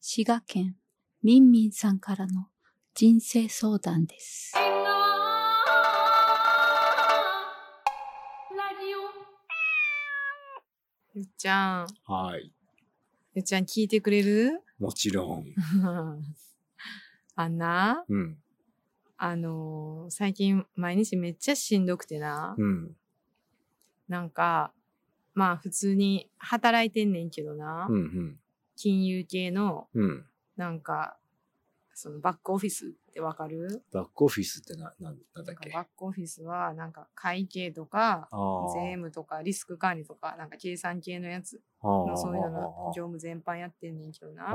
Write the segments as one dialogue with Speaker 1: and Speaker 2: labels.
Speaker 1: 滋賀県みんみんさんからの人生相談です。
Speaker 2: ゆっちゃん、
Speaker 3: はい。
Speaker 2: ゆっちゃん聞いてくれる
Speaker 3: もちろん。
Speaker 2: あんな、
Speaker 3: うん。
Speaker 2: あのー最近毎日めっちゃしんどくてな、
Speaker 3: うん。
Speaker 2: なんか、まあ普通に働いてんねんけどな、
Speaker 3: うん。うん。
Speaker 2: 金融系の、
Speaker 3: うん。
Speaker 2: なんか、そのバックオフィスってわかる
Speaker 3: バックオフィスってな、なんなんだ
Speaker 2: なん
Speaker 3: っ
Speaker 2: か
Speaker 3: け
Speaker 2: バックオフィスは、なんか会計とか、
Speaker 3: あー
Speaker 2: 税務とかリスク管理とか、なんか計算系のやつ、
Speaker 3: あー
Speaker 2: まあそういうのの
Speaker 3: あー
Speaker 2: 業務全般やってんねんけど
Speaker 3: あーあー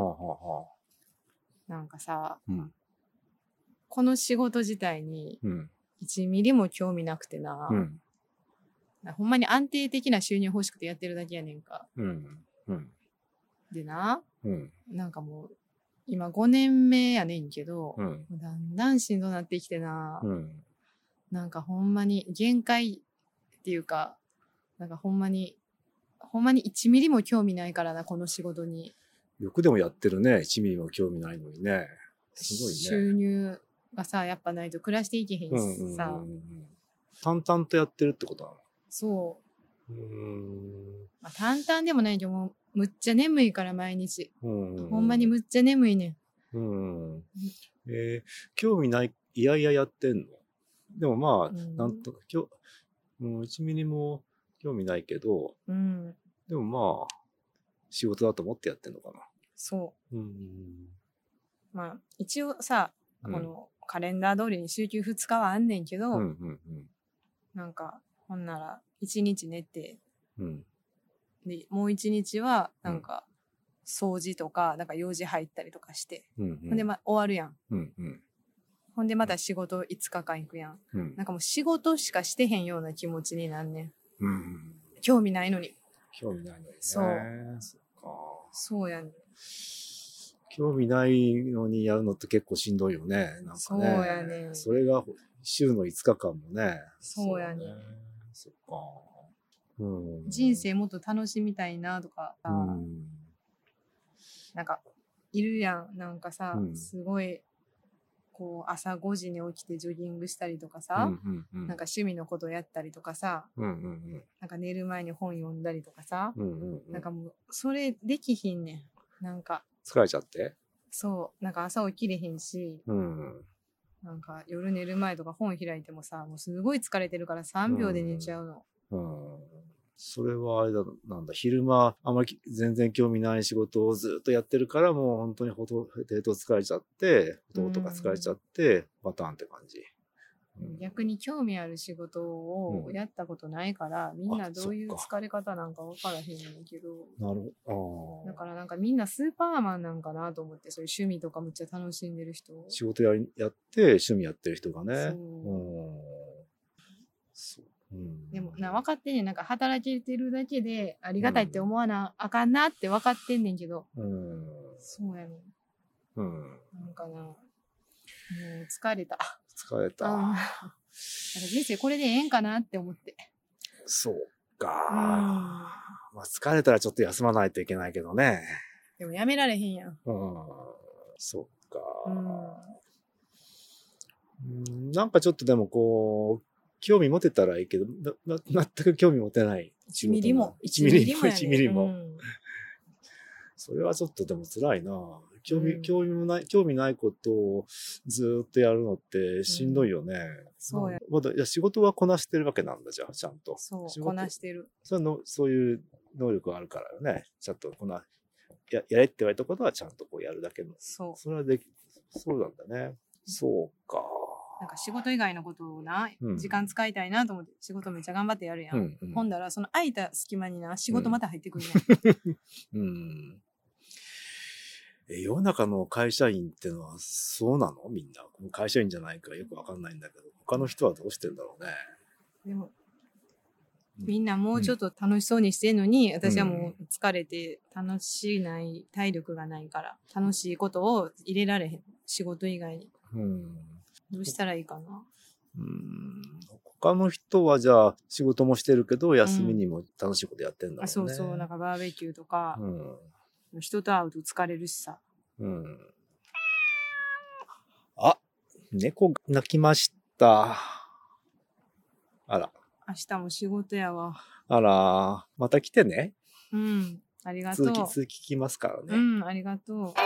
Speaker 2: な、
Speaker 3: あ
Speaker 2: なんかさ、
Speaker 3: ーうん。
Speaker 2: この仕事自体に
Speaker 3: うん。
Speaker 2: 1ミリも興味なくてな、
Speaker 3: うん。
Speaker 2: ほんまに安定的な収入欲しくてやってるだけやねんか。
Speaker 3: うん。うん。
Speaker 2: でな、
Speaker 3: うん。
Speaker 2: なんかもう、今5年目やねんけど、
Speaker 3: うん。
Speaker 2: だんだんしんどなってきてな、
Speaker 3: うん。
Speaker 2: なんかほんまに限界っていうか、なんかほんまに、ほんまに1ミリも興味ないからな、この仕事に。
Speaker 3: よくでもやってるね。一ミリも興味ないのにね。すごいね。
Speaker 2: 収入がさ、やっぱないと暮らしていけへん
Speaker 3: うんうんう
Speaker 2: し
Speaker 3: ん
Speaker 2: さ、
Speaker 3: うん淡々とやってるってことなの
Speaker 2: そう、
Speaker 3: うー
Speaker 2: まあ、淡々でもないけど、もうむっちゃ眠いから毎日。
Speaker 3: ん
Speaker 2: ほんまにむっちゃ眠いねん。
Speaker 3: うんえー興味ないいやいややってんのでもまあ、
Speaker 2: うん
Speaker 3: なんとかきょ、うん、1ミリも興味ないけど
Speaker 2: うん、
Speaker 3: でもまあ仕事だと思ってやってんのかな
Speaker 2: そう。
Speaker 3: うん
Speaker 2: まあ、一応さ、
Speaker 3: うん
Speaker 2: このカレンダー通りに週休2日はあんねんけど、
Speaker 3: うんうん
Speaker 2: なんかほんなら1日寝て
Speaker 3: うんうん
Speaker 2: でもう1日はなんか掃除とかなんか用事入ったりとかして、
Speaker 3: うんう
Speaker 2: ほんで、
Speaker 3: ん
Speaker 2: ま、終わるやん
Speaker 3: うんうん
Speaker 2: ほんでまた仕事5日間行くやん
Speaker 3: うん
Speaker 2: なんかもう仕事しかしてへんような気持ちになんねん
Speaker 3: うん
Speaker 2: 興味ないのに
Speaker 3: 興味ないのにね
Speaker 2: そう
Speaker 3: そっか
Speaker 2: そうやねん
Speaker 3: 興味ないのにやるのって結構しんどいよね。なんかね。
Speaker 2: そうやね
Speaker 3: それが週の5日間もね。
Speaker 2: そうやね
Speaker 3: そうそっか。うん。
Speaker 2: 人生もっと楽しみたいなとかさ、
Speaker 3: うん。
Speaker 2: なんかいるやんなんかさ、
Speaker 3: うん
Speaker 2: すごいこう朝5時に起きてジョギングしたりとかさ、
Speaker 3: うんうんうん。
Speaker 2: なんか趣味のことやったりとかさ、
Speaker 3: うんうん
Speaker 2: なんか寝る前に本読んだりとかさ、
Speaker 3: うん。うんうんうん。
Speaker 2: なんかもうそれできひんねん。なんか
Speaker 3: 疲れちゃって。
Speaker 2: そう、なんか朝起きれへんし、
Speaker 3: うん。
Speaker 2: なんか夜寝る前とか本開いてもさ、もうすごい疲れてるから3秒で寝ちゃうの。
Speaker 3: うん。それはあれだ、なんだ、昼間、あまりき全然興味ない仕事をずっとやってるから、もう本当にほと、デート疲れちゃって、ほとほとが疲れちゃって、パターンって感じ。うん
Speaker 2: 逆に興味ある仕事を
Speaker 3: うん
Speaker 2: やったことないから、みんなどういう
Speaker 3: そっか
Speaker 2: 疲れ方なんかわからへんねんけど、
Speaker 3: なるほど。あ
Speaker 2: だ
Speaker 3: ー
Speaker 2: からなんかみんなスーパーマンなんかなと思って、そういう趣味とかむっちゃ楽しんでる人。
Speaker 3: 仕事やりやって趣味やってる人が
Speaker 2: そ
Speaker 3: ね。う。
Speaker 2: うん
Speaker 3: そう。うん、
Speaker 2: でもな分かってんねんなんか働けてるだけでありがたいって思わな、あかんなって分かってんねんけど
Speaker 3: うん。
Speaker 2: そうやねん
Speaker 3: うん。
Speaker 2: なんかなもう疲れた
Speaker 3: 疲れ
Speaker 2: うんなん
Speaker 3: た。
Speaker 2: か人生これでええんかなって思って
Speaker 3: そうか。
Speaker 2: うん
Speaker 3: まあ疲れたらちょっと休まないといけないけどね。
Speaker 2: でもやめられへんやん
Speaker 3: うん。そうか。
Speaker 2: うん
Speaker 3: うんなんかちょっとでもこう、興味持てたらいいけど、なな全く興味持てない。
Speaker 2: 1ミリも
Speaker 3: 1ミリも
Speaker 2: やね
Speaker 3: 1ミリも
Speaker 2: うん
Speaker 3: それはちょっとでも辛いな興味、
Speaker 2: うん
Speaker 3: 興味もない、興味ないことをずーっとやるのってしんどいよね。
Speaker 2: そうや
Speaker 3: まだ、いや、仕事はこなしてるわけなんだ、じゃあ、ちゃんと。
Speaker 2: そう
Speaker 3: 仕事
Speaker 2: こなしてる
Speaker 3: それのそういう能力があるからよね。ちゃんとこな、ややれって言われたことはちゃんとこうやるだけの。
Speaker 2: そう
Speaker 3: それはでき、そうなんだね。そうか。
Speaker 2: なんか仕事以外のことをな、
Speaker 3: うん
Speaker 2: 時間使いたいなと思って仕事めっちゃ頑張ってやるやん、
Speaker 3: うん、うん
Speaker 2: ほんだらその空いた隙間にな仕事また入ってくるね、
Speaker 3: うん。え世の中の会社員ってのはそうなのみんな。会社員じゃないからよくわかんないんだけど、他の人はどうしてんだろうね。
Speaker 2: でも、
Speaker 3: うん
Speaker 2: みんなもうちょっと楽しそうにしてんのに、私はもう疲れて楽しいない、体力がないから、楽しいことを入れられへん。仕事以外に。
Speaker 3: うん。
Speaker 2: どうしたらいいかな。
Speaker 3: うん他の人はじゃあ仕事もしてるけど、休みにも楽しいことやってんだもんね。
Speaker 2: あそうそう、なん
Speaker 3: か。
Speaker 2: かバーベキューとか
Speaker 3: う、ん。
Speaker 2: 人と会うと疲れるしさ。
Speaker 3: うん。あ、猫が鳴きました。あら、
Speaker 2: 明日も仕事やわ。
Speaker 3: あら、また来てね。
Speaker 2: うん。ありがとう。
Speaker 3: 続き、続き聞きますからね。
Speaker 2: うん、ありがとう。
Speaker 4: 「